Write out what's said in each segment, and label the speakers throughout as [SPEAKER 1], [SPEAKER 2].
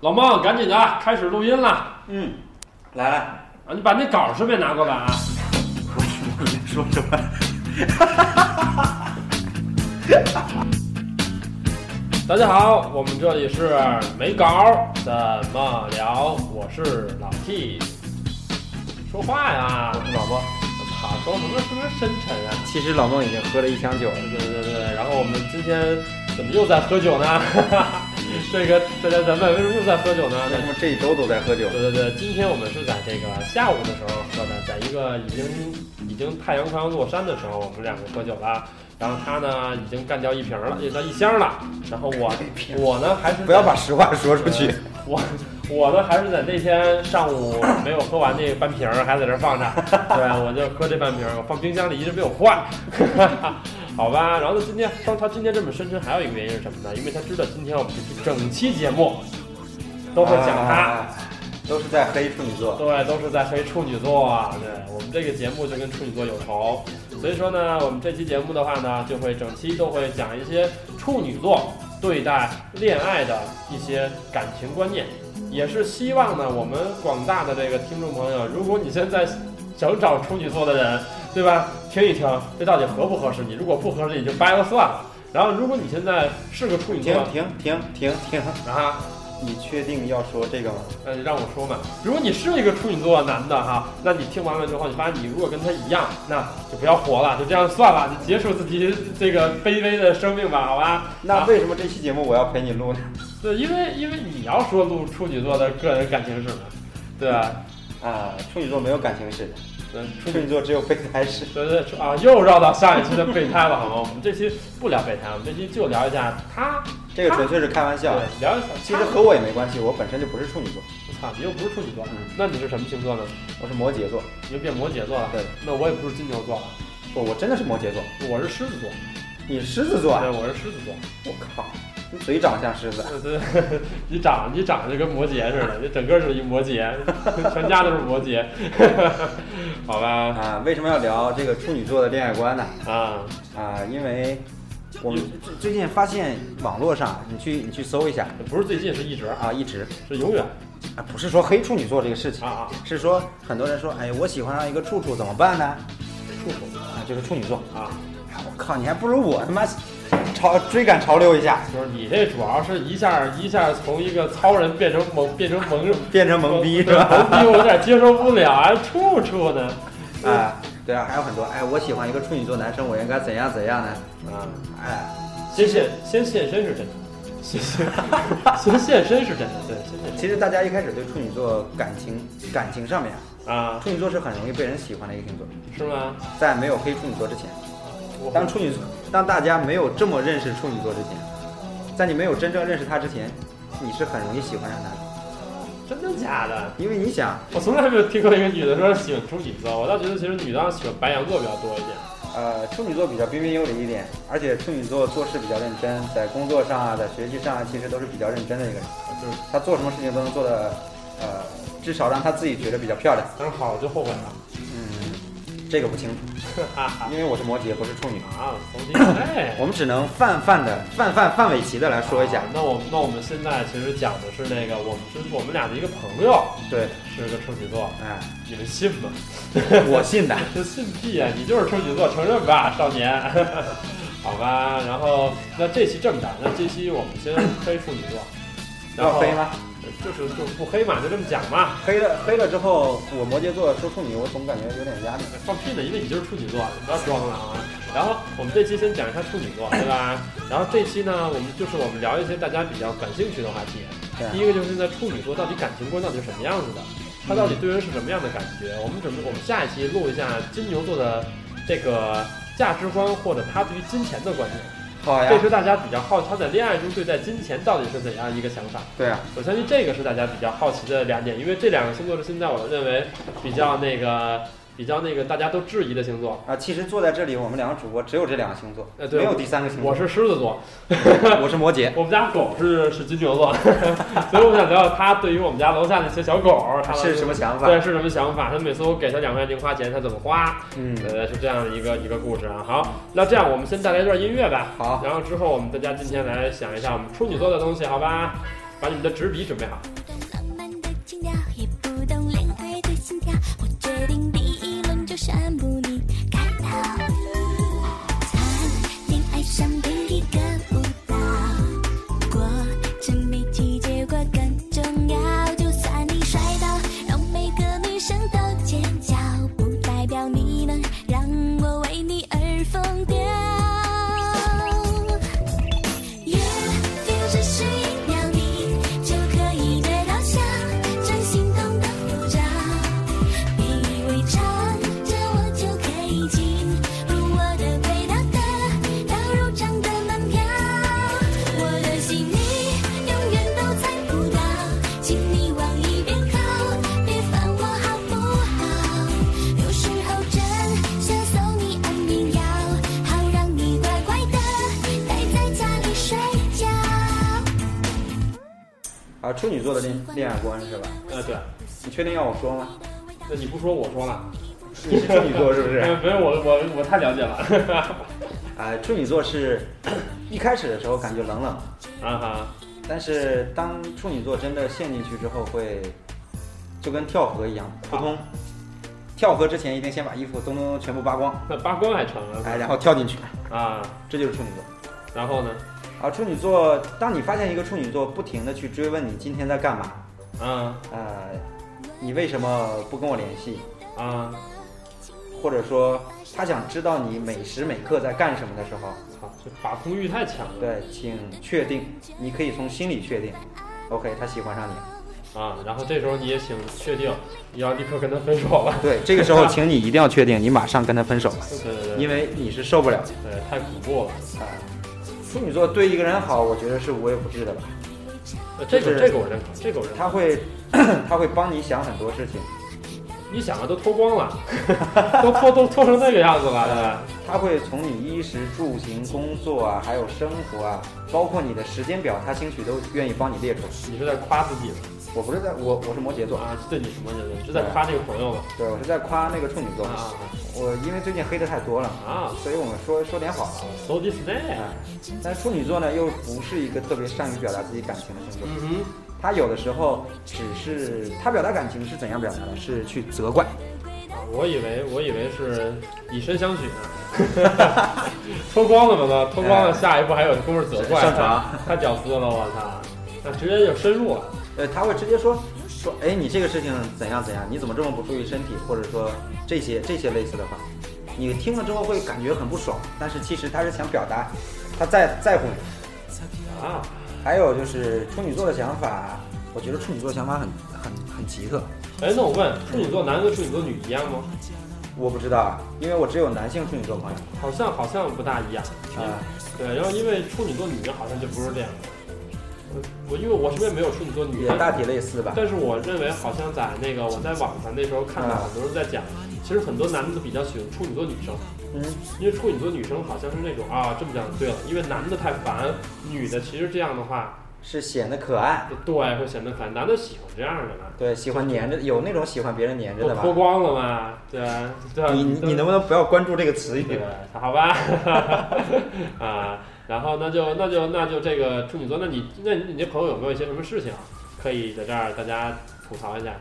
[SPEAKER 1] 老孟，赶紧的啊，开始录音了。
[SPEAKER 2] 嗯，来来，
[SPEAKER 1] 啊，你把那稿儿顺便拿过来啊。
[SPEAKER 2] 我我在说什么？
[SPEAKER 1] 大家好，我们这里是没稿儿怎么聊，我是老 T。说话呀！我
[SPEAKER 2] 老孟。
[SPEAKER 1] 操，说什么什么深沉啊！
[SPEAKER 2] 其实老孟已经喝了一箱酒了。
[SPEAKER 1] 对对对对，然后我们今天怎么又在喝酒呢？ 这个大家咱们为什么又在喝酒呢？
[SPEAKER 2] 为什么这一周都在喝酒？
[SPEAKER 1] 对对对，今天我们是在这个下午的时候喝的，在一个已经已经太阳快要落山的时候，我们两个喝酒了。然后他呢已经干掉一瓶了，也叫一箱了。然后我我呢还是在
[SPEAKER 2] 不要把实话说出去。
[SPEAKER 1] 我我呢还是在那天上午没有喝完那半瓶儿，还在这儿放着。对，我就喝这半瓶儿，我放冰箱里一直没有换。 好吧，然后呢，今天当他今天这么深沉，还有一个原因是什么呢？因为他知道今天我们这整期节目都会讲他。
[SPEAKER 2] 啊，都是在黑处女座。
[SPEAKER 1] 对，都是在黑处女座啊。对我们这个节目就跟处女座有仇，所以说呢，我们这期节目的话呢，就会整期都会讲一些处女座对待恋爱的一些感情观念，也是希望呢，我们广大的这个听众朋友，如果你现在想找处女座的人，对吧？听一听，这到底合不合适你？如果不合适，你就掰了算了。然后，如果你现在是个处女座
[SPEAKER 2] 停停停停停！
[SPEAKER 1] 啊，
[SPEAKER 2] 你确定要说这个吗？
[SPEAKER 1] 呃，让我说嘛，如果你是一个处女座的男的哈，那你听完了之后，你发现你如果跟他一样，那就不要活了，就这样算了，你结束自己这个卑微的生命吧，好吧？
[SPEAKER 2] 那
[SPEAKER 1] 啊
[SPEAKER 2] 为什么这期节目我要陪你录呢？
[SPEAKER 1] 对，因为因为你要说录处女座的个人感情史嘛，对吧？
[SPEAKER 2] 啊，处女座没有感情史，
[SPEAKER 1] 嗯，处
[SPEAKER 2] 处
[SPEAKER 1] 女
[SPEAKER 2] 女座只有备胎史。
[SPEAKER 1] 对对对啊，又绕到上一期的备胎了，好吗？我们这期不聊备胎，我们这期就聊一下他，
[SPEAKER 2] 这个纯粹是开玩
[SPEAKER 1] 对
[SPEAKER 2] 笑，，
[SPEAKER 1] 聊一下他。
[SPEAKER 2] 其实和我也没关系，我本身就不是处女座，
[SPEAKER 1] 我操，你又不是处女座
[SPEAKER 2] 嗯，
[SPEAKER 1] 那你是什么星座呢？
[SPEAKER 2] 我是摩羯座。
[SPEAKER 1] 你就变摩羯座了。
[SPEAKER 2] 对，
[SPEAKER 1] 那我也不是金牛座了，
[SPEAKER 2] 不，我真的是摩羯座。
[SPEAKER 1] 我是狮子座。
[SPEAKER 2] 你是狮子座啊？
[SPEAKER 1] 对，我是狮子座。
[SPEAKER 2] 我靠，你嘴长得像狮子。
[SPEAKER 1] 对对， 你长你长得就跟摩羯似的，你整个是一摩羯， 全家都是摩羯， 好吧？
[SPEAKER 2] 啊，为什么要聊这个处女座的恋爱观呢？
[SPEAKER 1] 啊，
[SPEAKER 2] 啊，因为我们最最近发现网络上，你去你去搜一下
[SPEAKER 1] 不是最近，是一直，
[SPEAKER 2] 啊，一直
[SPEAKER 1] 是永远
[SPEAKER 2] 啊，不是说黑处女座这个事情
[SPEAKER 1] 啊，啊，
[SPEAKER 2] 是说很多人说，哎，我喜欢上一个处处怎么办呢？
[SPEAKER 1] 处处
[SPEAKER 2] 啊，就是处女座，
[SPEAKER 1] 啊，
[SPEAKER 2] 哎，我靠，你还不如我他妈潮追赶潮流一下，
[SPEAKER 1] 就是你这主要是一下一下从一个糙人变成萌变成萌
[SPEAKER 2] 变成 懵逼是
[SPEAKER 1] 对
[SPEAKER 2] 吧？
[SPEAKER 1] 哦懵逼我有点接受不了啊，处处呢
[SPEAKER 2] 啊，对啊，还有很多，哎，我喜欢一个处女座男生，我应该怎样怎样呢？
[SPEAKER 1] 啊，
[SPEAKER 2] 哎，
[SPEAKER 1] 先现先现身是真的，先现 先现身是真的，对，先现
[SPEAKER 2] 其实大家一开始对处女座感情感情上面啊，
[SPEAKER 1] 身啊，
[SPEAKER 2] 处女座是很容易被人喜欢的一个星座，
[SPEAKER 1] 是吗？
[SPEAKER 2] 在没有黑处女座之前。
[SPEAKER 1] 我
[SPEAKER 2] 当处女座，当大家没有这么认识处女座之前，在你没有真正认识他之前，你是很容易喜欢上他的，
[SPEAKER 1] 真的假的？
[SPEAKER 2] 因为你想，
[SPEAKER 1] 我从来没有听过一个女的说喜欢处女座，我倒觉得其实女的好像喜欢白羊座比较多一点。
[SPEAKER 2] 呃，处女座比较彬彬有礼一点，而且处女座做事比较认真，在工作上啊，在学习上啊，其实都是比较认真的一个人，
[SPEAKER 1] 就是，
[SPEAKER 2] 他做什么事情都能做的，呃，至少让他自己觉得比较漂亮。
[SPEAKER 1] 但是好了就后悔了。
[SPEAKER 2] 嗯，这个不清楚，
[SPEAKER 1] 哈哈
[SPEAKER 2] 因为我是摩羯，不是处女。
[SPEAKER 1] 啊，从今哎，
[SPEAKER 2] 我们只能泛泛的、泛泛范玮琪的来说一下
[SPEAKER 1] 啊，那我那我们现在其实讲的是那个，我们是我们俩的一个朋友
[SPEAKER 2] 对，
[SPEAKER 1] 是个处女座，
[SPEAKER 2] 哎，
[SPEAKER 1] 你们信吗？
[SPEAKER 2] 我信的。
[SPEAKER 1] 这信屁啊！你就是处女座，承认吧，少年。 好吧，然后那这期这么着，那这期我们先 黑处女座，然
[SPEAKER 2] 要
[SPEAKER 1] 后
[SPEAKER 2] 飞吗？
[SPEAKER 1] 就是就是不黑嘛，就这么讲嘛。
[SPEAKER 2] 黑了黑了之后，我摩羯座说处女，我总感觉有点压力。
[SPEAKER 1] 放屁呢，因为你就是处女座，你不要装了啊。然后我们这期先讲一下处女座，对吧？然后这期呢，我们就是我们聊一些大家比较感兴趣的话题。
[SPEAKER 2] 对啊
[SPEAKER 1] 第一个就是在处女座到底感情观到底是什么样子的，他到底对人是什么样的感觉？我们准备我们下一期录一下金牛座的这个价值观或者他对于金钱的观点，
[SPEAKER 2] 好
[SPEAKER 1] 这是大家比较好奇他在恋爱中对待金钱到底是怎样一个想法。
[SPEAKER 2] 对啊，
[SPEAKER 1] 我相信这个是大家比较好奇的两点，因为这两个星座是现在我认为比较那个、比较那个大家都质疑的星座。
[SPEAKER 2] 啊，其实坐在这里，我们两个主播只有这两个星座，
[SPEAKER 1] 呃对
[SPEAKER 2] 没有第三个星
[SPEAKER 1] 我
[SPEAKER 2] 座。
[SPEAKER 1] 是狮子座，
[SPEAKER 2] 我我是摩羯，
[SPEAKER 1] 我们家狗是是金牛座， 所以我想聊聊它对于我们家楼下那些小狗，它
[SPEAKER 2] 是什么想法？
[SPEAKER 1] 对是什么想法？它每次我给它两块钱零花钱，它怎么花？
[SPEAKER 2] 嗯，
[SPEAKER 1] 呃，是这样的一个一个故事啊。好，那这样我们先带来一段音乐吧，
[SPEAKER 2] 好，
[SPEAKER 1] 然后之后我们大家今天来想一下我们处女座的东西，好吧？把你们的纸笔准备好。
[SPEAKER 3] 懂浪漫的情调，也不懂恋爱的心 跳。我决定第一轮就宣布你该到。谈恋爱上另一个舞蹈，过程比起结果更重要。就算你摔倒，让每个女生都尖叫，不代表你能让我为你而疯掉。You feel 只需一秒，你就可以得到想真心动的护照。别以为缠着我就可以进入我的轨道得到入场的门票。我的心你永远都猜不到，请你往一边靠，别烦我好不好？有时候真想送你安眠药，好让你乖乖的待在家里睡觉。
[SPEAKER 2] 啊，处女座的恋恋爱观是吧？
[SPEAKER 1] 呃，对，
[SPEAKER 2] 你确定要我说吗？
[SPEAKER 1] 那你不说我说了，
[SPEAKER 2] 你是处女座是不是？
[SPEAKER 1] 呃没有我我我太了解了，
[SPEAKER 2] 啊，处女座是 一开始的时候感觉冷冷，
[SPEAKER 1] 啊哈，
[SPEAKER 2] 但是当处女座真的陷进去之后，会就跟跳河一样扑通。跳河之前一定先把衣服咚咚咚全部扒光，
[SPEAKER 1] 那八关还成了
[SPEAKER 2] 哎，然后跳进去，
[SPEAKER 1] 啊，
[SPEAKER 2] 这就是处女座。
[SPEAKER 1] 然后呢，
[SPEAKER 2] 啊，处女座，当你发现一个处女座不停的去追问你今天在干嘛，
[SPEAKER 1] 啊
[SPEAKER 2] 呃，你为什么不跟我联系，
[SPEAKER 1] 啊，
[SPEAKER 2] 或者说他想知道你每时每刻在干什么的时候，
[SPEAKER 1] 操，这把控欲太强了，
[SPEAKER 2] 对，请确定，你可以从心里确定，OK，他喜欢上你了，
[SPEAKER 1] 啊，然后这时候你也请确定，你要立刻跟他分手 了，
[SPEAKER 2] 对，这个时候请你一定要确定，你马上跟他分手吧，
[SPEAKER 1] 对对对，
[SPEAKER 2] 因为你是受不了的
[SPEAKER 1] 对太恐怖了，
[SPEAKER 2] 啊、处女座对一个人好，我觉得是无微不至的吧，
[SPEAKER 1] 呃这
[SPEAKER 2] 就是
[SPEAKER 1] 个这个我认可，这个我认可。
[SPEAKER 2] 他会 他会帮你想很多事情，
[SPEAKER 1] 你想啊，都脱光了， 都脱都脱成那个样子了，对吧？
[SPEAKER 2] 他会从你衣食住行、工作啊，还有生活啊，包括你的时间表，他兴许都愿意帮你列出来。
[SPEAKER 1] 你是在夸自己
[SPEAKER 2] 我不是在我我是摩羯座，
[SPEAKER 1] 啊？对你什么觉得？是在夸这个朋友吗？
[SPEAKER 2] 对我是在夸那个处女座。
[SPEAKER 1] 啊
[SPEAKER 2] 我因为最近黑的太多了，
[SPEAKER 1] 啊
[SPEAKER 2] 所以我们说说点好的。
[SPEAKER 1] ，so this day，
[SPEAKER 2] 哎，但处女座呢，又不是一个特别善于表达自己感情的星座。
[SPEAKER 1] 嗯哼，
[SPEAKER 2] 他有的时候只是他表达感情是怎样表达的？是去责怪，
[SPEAKER 1] 啊我以为我以为是以身相许呢， 脱光了嘛，脱光了，
[SPEAKER 2] 哎
[SPEAKER 1] 下一步还有功夫责怪，
[SPEAKER 2] 上床
[SPEAKER 1] 太屌丝了，我操！那直接就深入了，
[SPEAKER 2] 呃，他会直接说说，哎，你这个事情怎样怎样，你怎么这么不注意身体，或者说这些这些类似的话，你听了之后会感觉很不爽，但是其实他是想表达他在在乎你。
[SPEAKER 1] 啊
[SPEAKER 2] 还有就是处女座的想法，我觉得处女座想法很很很奇特，
[SPEAKER 1] 哎，那我问，处女座男跟处女座女一样吗？
[SPEAKER 2] 我不知道啊，因为我只有男性处女座朋友
[SPEAKER 1] 好像好像不大一样。
[SPEAKER 2] 啊、
[SPEAKER 1] 对，然后因为处女座女好像就不是这样的。我我因为我身边没有处女座女，
[SPEAKER 2] 也大体类似吧。
[SPEAKER 1] 但是我认为好像在那个我在网上那时候
[SPEAKER 2] 啊
[SPEAKER 1] 看到很多人在讲，其实很多男的都比较喜欢处女座女生，
[SPEAKER 2] 嗯，
[SPEAKER 1] 因为处女座女生好像是那种啊这么讲就对了，因为男的太烦，女的其实这样的话，
[SPEAKER 2] 是显得可爱，
[SPEAKER 1] 对会显得烦，男的喜欢这样的嘛，
[SPEAKER 2] 对，喜欢粘着，有那种喜欢别人粘着
[SPEAKER 1] 都
[SPEAKER 2] 的
[SPEAKER 1] 脱
[SPEAKER 2] 吧？
[SPEAKER 1] 光了嘛，对啊对，
[SPEAKER 2] 你你
[SPEAKER 1] 都
[SPEAKER 2] 你能不能不要关注这个词
[SPEAKER 1] 对
[SPEAKER 2] 语？，
[SPEAKER 1] 好吧， 啊，然后那就那就那就这个处女座，那你那你这朋友有没有一些什么事情可以在这儿大家吐槽一下？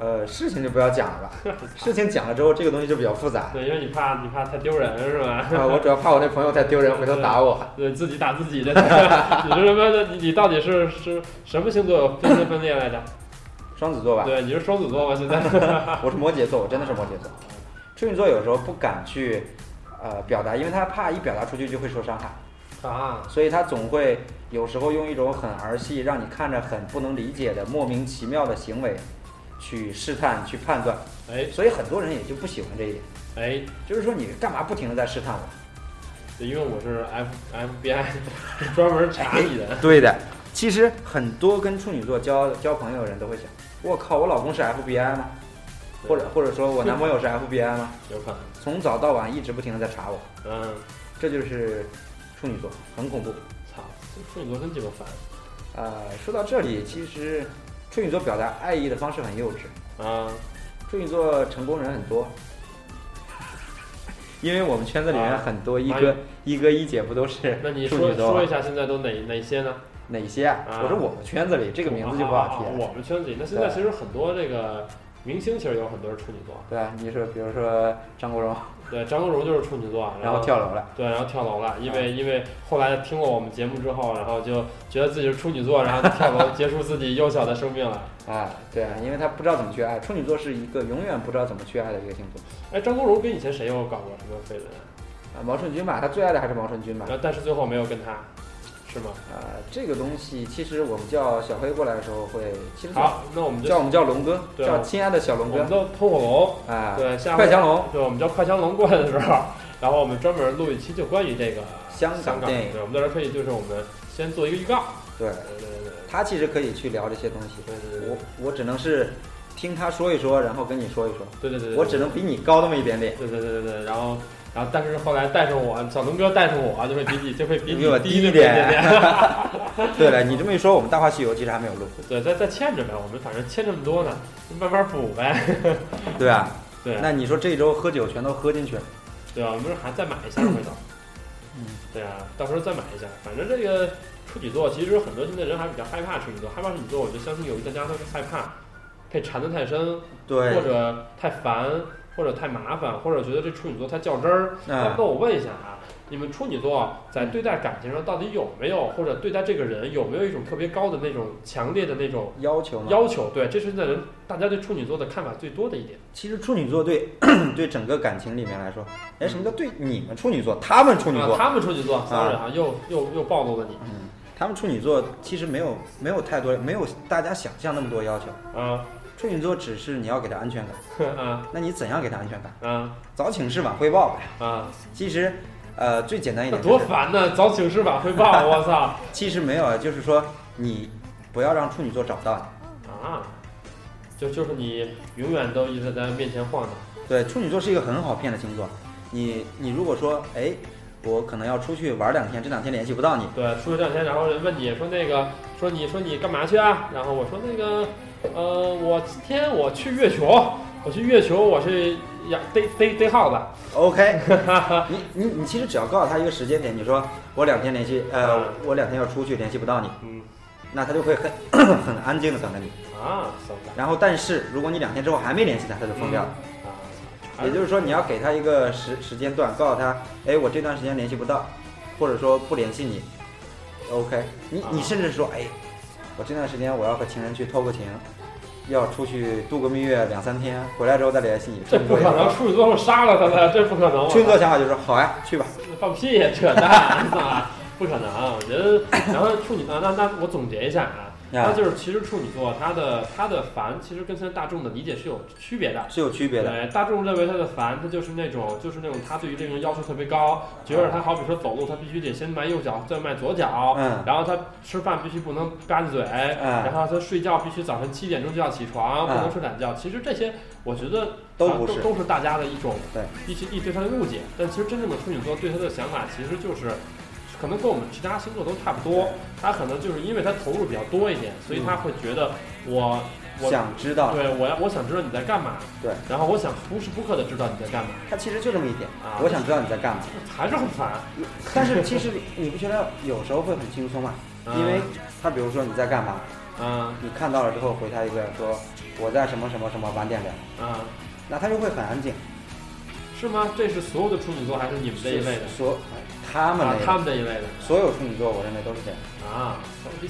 [SPEAKER 2] 呃，事情就不要讲了 吧，事情讲了之后，这个东西就比较复杂。
[SPEAKER 1] 对，因为你怕你怕太丢人是吧？
[SPEAKER 2] 啊，我主要怕我那朋友太丢人，回头打我。
[SPEAKER 1] 对自己打自己的， 你是什么的？你你到底是是什么星座分分分裂来着？
[SPEAKER 2] 双子座吧，
[SPEAKER 1] 对，你是双子座吗？现在
[SPEAKER 2] 我是摩羯座，我真的是摩羯座。处女座有时候不敢去，呃，表达，因为他怕一表达出去就会受伤害，
[SPEAKER 1] 啊，
[SPEAKER 2] 所以他总会有时候用一种很儿戏，让你看着很不能理解的莫名其妙的行为，去试探、去判断。
[SPEAKER 1] 哎
[SPEAKER 2] 所以很多人也就不喜欢这一点，
[SPEAKER 1] 哎，
[SPEAKER 2] 就是说你干嘛不停的在试探我？
[SPEAKER 1] 对因为我是 F FBI 是 专门查你的，
[SPEAKER 2] 对的，其实很多跟处女座交交朋友的人都会想，我靠，我老公是 FBI 吗？或者或者说我男朋友 是 FBI 吗？
[SPEAKER 1] 有可能，
[SPEAKER 2] 从早到晚一直不停的在查我，
[SPEAKER 1] 嗯，
[SPEAKER 2] 这就是处女座，很恐怖。
[SPEAKER 1] 操，这处女座真鸡巴烦。
[SPEAKER 2] 呃，说到这里，其实处女座表达爱意的方式很幼稚，
[SPEAKER 1] 啊，
[SPEAKER 2] 处女座成功人很多， 因为我们圈子里面
[SPEAKER 1] 啊
[SPEAKER 2] 很多一
[SPEAKER 1] 哎
[SPEAKER 2] 哎哥、一哥一姐不都是
[SPEAKER 1] 那你
[SPEAKER 2] 处
[SPEAKER 1] 说
[SPEAKER 2] 女座
[SPEAKER 1] 说一
[SPEAKER 2] 吗？
[SPEAKER 1] 下现在都哪哪些呢？
[SPEAKER 2] 哪些啊？
[SPEAKER 1] 啊
[SPEAKER 2] 我说我们圈子里这
[SPEAKER 1] 这
[SPEAKER 2] 个名字就不
[SPEAKER 1] 啊
[SPEAKER 2] 好提。
[SPEAKER 1] 我们圈子里，那现在
[SPEAKER 2] 对
[SPEAKER 1] 其实很多这个明星其实有很多是处女座，
[SPEAKER 2] 对啊，你说比如说张国荣，
[SPEAKER 1] 对，张国荣就是处女座，
[SPEAKER 2] 然后跳哎楼了，
[SPEAKER 1] 对，然后跳楼了，因为因为后来听了我们节目之后，然后就觉得自己是处女座，然后跳楼结束自己幼小的生命了。
[SPEAKER 2] 啊，对啊，因为他不知道怎么去爱。处女座是一个永远不知道怎么去爱的一个星座。
[SPEAKER 1] 哎，张国荣跟以前谁有搞过什么绯闻啊？
[SPEAKER 2] 啊，毛舜筠吧，他最爱的还是毛舜筠吧
[SPEAKER 1] 然。后但是最后没有跟他，是吗？
[SPEAKER 2] 啊，这个东西其实我们叫小黑过来的时候会，其实
[SPEAKER 1] 好，那我们
[SPEAKER 2] 叫
[SPEAKER 1] 就
[SPEAKER 2] 我们叫龙哥，
[SPEAKER 1] 对
[SPEAKER 2] 叫亲爱的小龙
[SPEAKER 1] 我
[SPEAKER 2] 哥
[SPEAKER 1] 们都喷火龙，
[SPEAKER 2] 啊，
[SPEAKER 1] 对，下回
[SPEAKER 2] 快强龙，
[SPEAKER 1] 对，我们叫快枪龙过来的时候，然后我们专门录一期就关于这个
[SPEAKER 2] 香港
[SPEAKER 1] 香港
[SPEAKER 2] 电影
[SPEAKER 1] 对，我们到时候可以就是我们先做一个预告。
[SPEAKER 2] 对
[SPEAKER 1] 对对对对
[SPEAKER 2] 他其实可以去聊这些东西。
[SPEAKER 1] 对对对
[SPEAKER 2] 我我只能是听他说一说，然后跟你说一说，
[SPEAKER 1] 对对对，对
[SPEAKER 2] 我只能比你高那么一点点，
[SPEAKER 1] 对对对对对，然后然后但是后来带上我，小龙哥带上我啊就会比你就会比
[SPEAKER 2] 你
[SPEAKER 1] 你
[SPEAKER 2] 比我
[SPEAKER 1] 低
[SPEAKER 2] 低一
[SPEAKER 1] 点
[SPEAKER 2] 点。对了，你这么一说，我们《大话西游》其实还没有录，
[SPEAKER 1] 对，再再欠着呗，我们反正欠这么多呢，慢慢补呗。
[SPEAKER 2] 对吧？
[SPEAKER 1] 对
[SPEAKER 2] 那你说这周喝酒全都喝进去了，
[SPEAKER 1] 对啊，我们还再买一箱回头。
[SPEAKER 2] 嗯，
[SPEAKER 1] 对啊，到时候再买一箱。反正这个处女座，其实很多现在人还比较害怕处女座，害怕处女座，我就相信有一大家都是害怕被缠得太深，
[SPEAKER 2] 对
[SPEAKER 1] 或，者太烦，或者太麻烦，或者觉得这处女座太较真儿。
[SPEAKER 2] 嗯
[SPEAKER 1] 那我问一下啊，你们处女座在对待感情上到底有没有，或者对待这个人有没有一种特别高的那种强烈的那种
[SPEAKER 2] 要求嘛，
[SPEAKER 1] 要求？对，这是现在人大家对处女座的看法最多的一点。
[SPEAKER 2] 其实处女座对 对整个感情里面来说，哎，什么叫对你们处女座？他们处女
[SPEAKER 1] 啊，
[SPEAKER 2] 座，
[SPEAKER 1] 他们处女座，sorry 啊，又又又暴露了你
[SPEAKER 2] 嗯，他们处女座其实没有没有太多，没有大家想象那么多要求。
[SPEAKER 1] 啊
[SPEAKER 2] 处女座只是你要给他安全感，
[SPEAKER 1] 呵啊
[SPEAKER 2] 那你怎样给他安全感？
[SPEAKER 1] 啊
[SPEAKER 2] 早请示晚汇报呗。
[SPEAKER 1] 啊！
[SPEAKER 2] 其实，呃，最简单一
[SPEAKER 1] 那
[SPEAKER 2] 点、就
[SPEAKER 1] 多
[SPEAKER 2] 是，
[SPEAKER 1] 烦呢，早请示晚汇报， 我操
[SPEAKER 2] 其实没有，啊，就是说你不要让处女座找到你。
[SPEAKER 1] 啊！就就是你永远都一直在面前晃荡
[SPEAKER 2] 对，处女座是一个很好骗的星座。你你如果说，哎，我可能要出去玩两天，这两天联系不到你，
[SPEAKER 1] 对，出去这两天，然后人问你说那个，说你说你干嘛去啊？然后我说那个，呃，我今天我去月球，我去月球，我去养逮逮逮耗子。
[SPEAKER 2] OK，你 你你其实只要告诉他一个时间点，你说我两天联系，呃
[SPEAKER 1] 嗯，
[SPEAKER 2] 我两天要出去联系不到你，
[SPEAKER 1] 嗯，那
[SPEAKER 2] 那他就会很 很安静的等着你。
[SPEAKER 1] 啊，骚感
[SPEAKER 2] 然后，但是如果你两天之后还没联系他，他就封掉了。
[SPEAKER 1] 啊，
[SPEAKER 2] 也就是说，你要给他一个时时间段，告诉他，哎，我这段时间联系不到，或者说不联系你。OK，你你
[SPEAKER 1] 啊
[SPEAKER 2] 甚至说，哎，我这段时间我要和情人去偷个情，要出去度个蜜月两三天，回来之后再联系你。
[SPEAKER 1] 这不可能， 处女座我杀了他的，这不可能。我
[SPEAKER 2] 处女座想法就是好呀，去吧。
[SPEAKER 1] 放屁，扯淡， 不可能。我觉得，然后处女啊，那那我总结一下啊，
[SPEAKER 2] 啊
[SPEAKER 1] 那就是其实处女座它的它的烦，其实跟现在大众的理解是有区别的。
[SPEAKER 2] 是有区别的。
[SPEAKER 1] 对，大众认为他的烦，他就是那种，就是那种他对于这个人要求特别高，觉得他好比说走路，他必须得先迈右脚，再迈左脚，
[SPEAKER 2] 嗯
[SPEAKER 1] 然后他吃饭必须不能吧唧嘴，
[SPEAKER 2] 嗯
[SPEAKER 1] 然后他睡觉必须早上七点钟就要起床，不
[SPEAKER 2] 嗯
[SPEAKER 1] 能睡懒觉。其实这些我觉得
[SPEAKER 2] 都
[SPEAKER 1] 啊
[SPEAKER 2] 不是
[SPEAKER 1] 都都是大家的一种
[SPEAKER 2] 对
[SPEAKER 1] 一些一对他的误解，但其实真正的处女座对他的想法其实就是。可能跟我们其他星座都差不多，他可能就是因为他投入比较多一点，所以他会觉得我、我
[SPEAKER 2] 想知道，
[SPEAKER 1] 对，我要我想知道你在干嘛，
[SPEAKER 2] 啊对，
[SPEAKER 1] 然后我想无时不刻的知道你在干嘛，
[SPEAKER 2] 他其实就这么一点
[SPEAKER 1] 啊。
[SPEAKER 2] 我想知道你在干 嘛，
[SPEAKER 1] 还是很烦。
[SPEAKER 2] 但是其实你不觉得有时候会很轻松吗？
[SPEAKER 1] 嗯
[SPEAKER 2] 因为他比如说你在干嘛，
[SPEAKER 1] 嗯
[SPEAKER 2] 你看到了之后回他一个说我在什么什么什么晚点聊，
[SPEAKER 1] 嗯，
[SPEAKER 2] 那他就会很安静。
[SPEAKER 1] 是吗？这是所有的处女座还是你们这一类的？
[SPEAKER 2] 所他们
[SPEAKER 1] 啊，
[SPEAKER 2] 那
[SPEAKER 1] 他
[SPEAKER 2] 个
[SPEAKER 1] 们这一类的
[SPEAKER 2] 所有处女座，我认为都是这样。
[SPEAKER 1] 啊，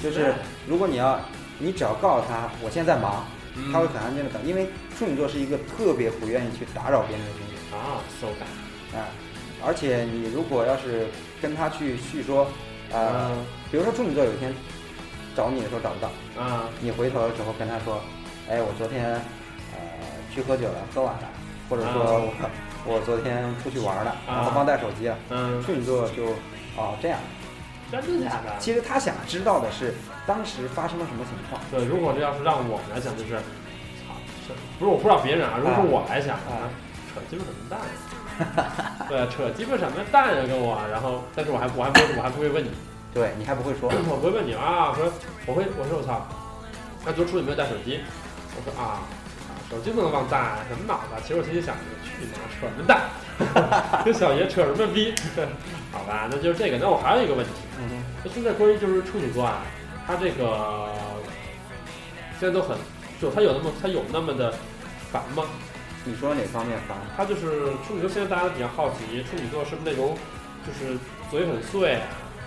[SPEAKER 2] 就是如果你要，你只要告诉他我现在在忙，
[SPEAKER 1] 嗯
[SPEAKER 2] 他会很安静的等，因为处女座是一个特别不愿意去打扰别人的星座。
[SPEAKER 1] 啊，so bad。
[SPEAKER 2] 啊，而且你如果要是跟他去叙说，呃，
[SPEAKER 1] 嗯
[SPEAKER 2] 比如说处女座有一天找你的时候找不到，
[SPEAKER 1] 啊
[SPEAKER 2] 你回头的时候跟他说，哎，我昨天呃去喝酒了，喝晚了，或者说我、
[SPEAKER 1] 啊
[SPEAKER 2] 我昨天出去玩了，然后忘带手机了，
[SPEAKER 1] 嗯，
[SPEAKER 2] 处女座就哦这样。
[SPEAKER 1] 真的假的？
[SPEAKER 2] 其实他想知道的是当时发生了什么情况。
[SPEAKER 1] 对，如果这要是让我来想，就是，操，是不是我不知道别人啊？如果是我来想
[SPEAKER 2] 啊，
[SPEAKER 1] 扯鸡巴什么蛋啊？ 对，扯鸡巴什么蛋啊？跟我，然后，但是我还我还不我还不会问你。
[SPEAKER 2] 对你还不会说，
[SPEAKER 1] 我不会问你啊，我说我会，我说我操，那昨儿出去没有带手机？我说啊，啊手机不能忘带，什么脑子？其实我心里想，去你妈扯什么蛋？ 跟小爷扯什 么逼？好吧，那就是这个。那我还有一个问题，
[SPEAKER 2] 嗯
[SPEAKER 1] 那现在关于就是处女座啊，它这个现在都很，就它有那么它有那么的烦吗？
[SPEAKER 2] 你说哪方面烦？
[SPEAKER 1] 他就是处女座，现在大家都比较好奇，处女座是不是那种就是嘴很碎，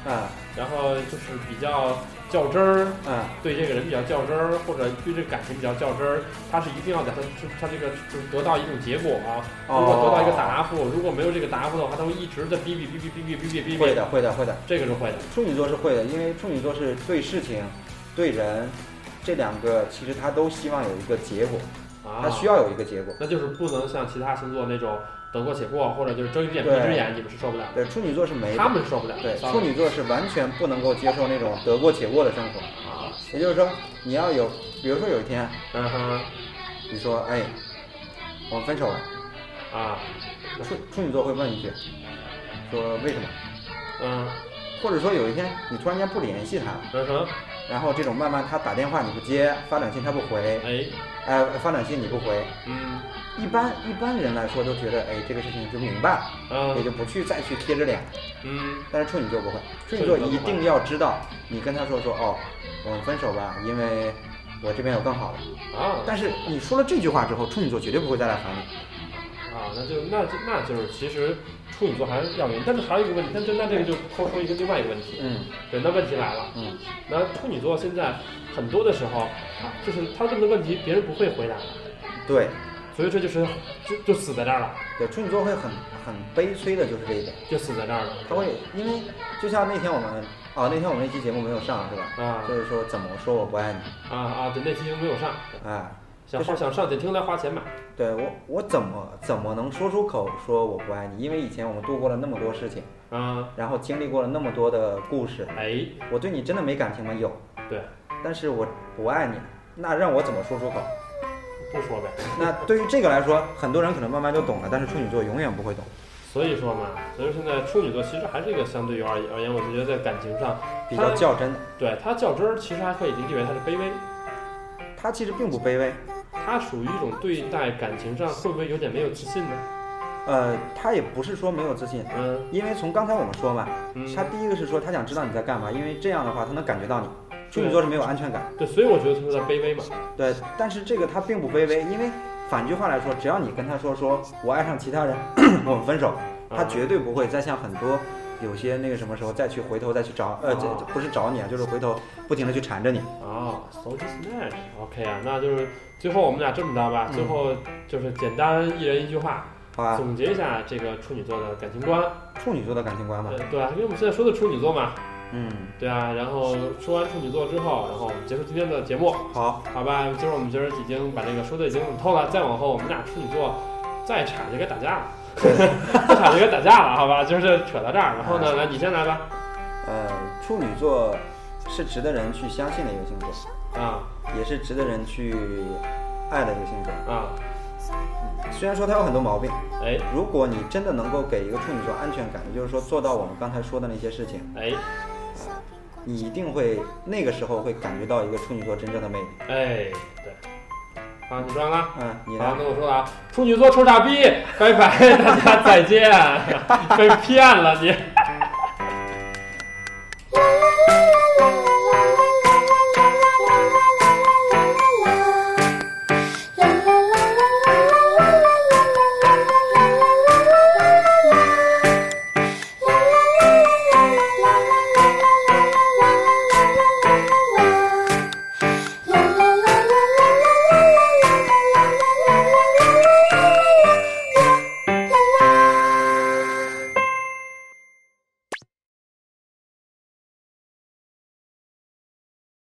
[SPEAKER 2] 啊
[SPEAKER 1] 然后就是比较较真儿，
[SPEAKER 2] 啊
[SPEAKER 1] 对这个人比较较真儿，或者对这个感情比较较真儿，他是一定要在他就他这个就是得到一种结果、
[SPEAKER 2] 哦
[SPEAKER 1] 如果得到一个答复，如果没有这个答复的话，他会一直在哔哔哔哔哔哔哔哔哔，
[SPEAKER 2] 会，的会的会的，
[SPEAKER 1] 这个是会的，
[SPEAKER 2] 处女座是会的，因为处女座是对事情、对人这两个，其实他都希望有一个结果，
[SPEAKER 1] 啊，
[SPEAKER 2] 他需，要有一个结果。
[SPEAKER 1] 那就是不能像其他星座那种得过且过，或者就是睁一只眼闭一只眼，你们是受不了的，
[SPEAKER 2] 对，处女座是没
[SPEAKER 1] 他们受不了，
[SPEAKER 2] 对，
[SPEAKER 1] sorry
[SPEAKER 2] 处女座是完全不能够接受那种得过且过的生活。
[SPEAKER 1] 啊，
[SPEAKER 2] 也就是说，你要有，比如说有一天
[SPEAKER 1] 嗯哼，
[SPEAKER 2] 你说，哎，我们分手了，
[SPEAKER 1] 啊，
[SPEAKER 2] 处处女座会问一句，说为什么？
[SPEAKER 1] 嗯，
[SPEAKER 2] 或者说有一天你突然间不联系他了，
[SPEAKER 1] 嗯哼，
[SPEAKER 2] 然后这种慢慢他打电话你不接，发短信他不回，
[SPEAKER 1] 哎，
[SPEAKER 2] 哎、发短信你不回，
[SPEAKER 1] 嗯，
[SPEAKER 2] 一般一般人来说都觉得，哎，这个事情就明白了，也
[SPEAKER 1] 嗯，
[SPEAKER 2] 就不去再去贴着脸。
[SPEAKER 1] 嗯，
[SPEAKER 2] 但是处女座不会，处
[SPEAKER 1] 处
[SPEAKER 2] 女
[SPEAKER 1] 女
[SPEAKER 2] 座
[SPEAKER 1] 座不会
[SPEAKER 2] 一定要知道，你跟他说说，哦，我们分手吧，因为我这边有更好的。
[SPEAKER 1] 啊，
[SPEAKER 2] 但是你说了这句话之后，处女座绝对不会再来烦你。
[SPEAKER 1] 啊，那就那就那就是，其实处女座还是要人，但是还有一个问题，但就那这个就抛出一个另外一个问题，
[SPEAKER 2] 嗯
[SPEAKER 1] 对，那问题来了，
[SPEAKER 2] 嗯，
[SPEAKER 1] 那处女座现在很多的时候，啊，就是他问的问题别人不会回答，
[SPEAKER 2] 对
[SPEAKER 1] 所以这就是就就死在这儿了，
[SPEAKER 2] 对，处女座会很很悲催的，就是这一点。
[SPEAKER 1] 就死在这儿了，
[SPEAKER 2] 他会因为就像那天我们哦，那天我们那期节目没有上是吧？
[SPEAKER 1] 啊
[SPEAKER 2] 就是说怎么说我不爱你
[SPEAKER 1] 啊啊，对，那期没有上，
[SPEAKER 2] 啊？
[SPEAKER 1] 想花想上得听来花钱买，
[SPEAKER 2] 对我我怎么怎么能说出口说我不爱你？因为以前我们度过了那么多事情，
[SPEAKER 1] 啊，
[SPEAKER 2] 然后经历过了那么多的故事，
[SPEAKER 1] 哎，
[SPEAKER 2] 我对你真的没感情吗？有，
[SPEAKER 1] 对，
[SPEAKER 2] 但是我不爱你，那让我怎么说出口？
[SPEAKER 1] 不说呗。
[SPEAKER 2] 那对于这个来说，很多人可能慢慢就懂了，但是处女座永远不会懂，
[SPEAKER 1] 所以说嘛，所以说现在处女座其实还是一个相对于而言而言，我觉得在感情上，
[SPEAKER 2] 比较较真的。
[SPEAKER 1] 对他较真儿，其实还可以理解为他是卑微，
[SPEAKER 2] 他其实并不卑微，
[SPEAKER 1] 他属于一种对待感情上会不会有点没有自信呢？
[SPEAKER 2] 呃，他也不是说没有自信，
[SPEAKER 1] 嗯
[SPEAKER 2] 因为从刚才我们说嘛，
[SPEAKER 1] 嗯，
[SPEAKER 2] 他第一个是说他想知道你在干嘛，因为这样的话他能感觉到你。处女座是没有安全感，
[SPEAKER 1] 对，所以我觉得他有点卑微嘛。
[SPEAKER 2] 对，但是这个他并不卑微，因为反句话来说，只要你跟他说说我爱上其他人， 我们分手，他
[SPEAKER 1] 嗯
[SPEAKER 2] 绝对不会再像很多有些那个什么时候再去回头再去找，呃，这
[SPEAKER 1] 哦
[SPEAKER 2] 不是找你啊，就是回头不停的去缠着你。
[SPEAKER 1] 哦，so just nice，OK 啊，那就是最后我们俩这么着吧，最后就是简单一人一句话
[SPEAKER 2] 好吧，
[SPEAKER 1] 总结一下这个处女座的感情观。
[SPEAKER 2] 处女座的感情观嘛
[SPEAKER 1] 呃，对啊，因为我们现在说的处女座嘛，
[SPEAKER 2] 嗯，
[SPEAKER 1] 对啊，然后说完处女座之后，然后我们结束今天的节目。
[SPEAKER 2] 好，
[SPEAKER 1] 好吧，今儿我们今儿已经把这个说的已经很透了，再往后我们俩处女座再吵就该打架了， 再吵就该打架了，好吧，就是扯到这儿。然后呢，来你先来吧，
[SPEAKER 2] 呃，处女座是值得人去相信的一个星座，
[SPEAKER 1] 啊
[SPEAKER 2] 也是值得人去爱的一个星座。
[SPEAKER 1] 啊，
[SPEAKER 2] 虽然说它有很多毛病，
[SPEAKER 1] 哎
[SPEAKER 2] 如果你真的能够给一个处女座安全感，也就是说做到我们刚才说的那些事情，
[SPEAKER 1] 哎
[SPEAKER 2] 你一定会那个时候会感觉到一个处女座真正的魅力。
[SPEAKER 1] 哎，对，好，你说完了。
[SPEAKER 2] 嗯，你
[SPEAKER 1] 好
[SPEAKER 2] 呢，？
[SPEAKER 1] 那我说了 啊，处女座臭傻逼，拜拜，大家再见，被骗了你。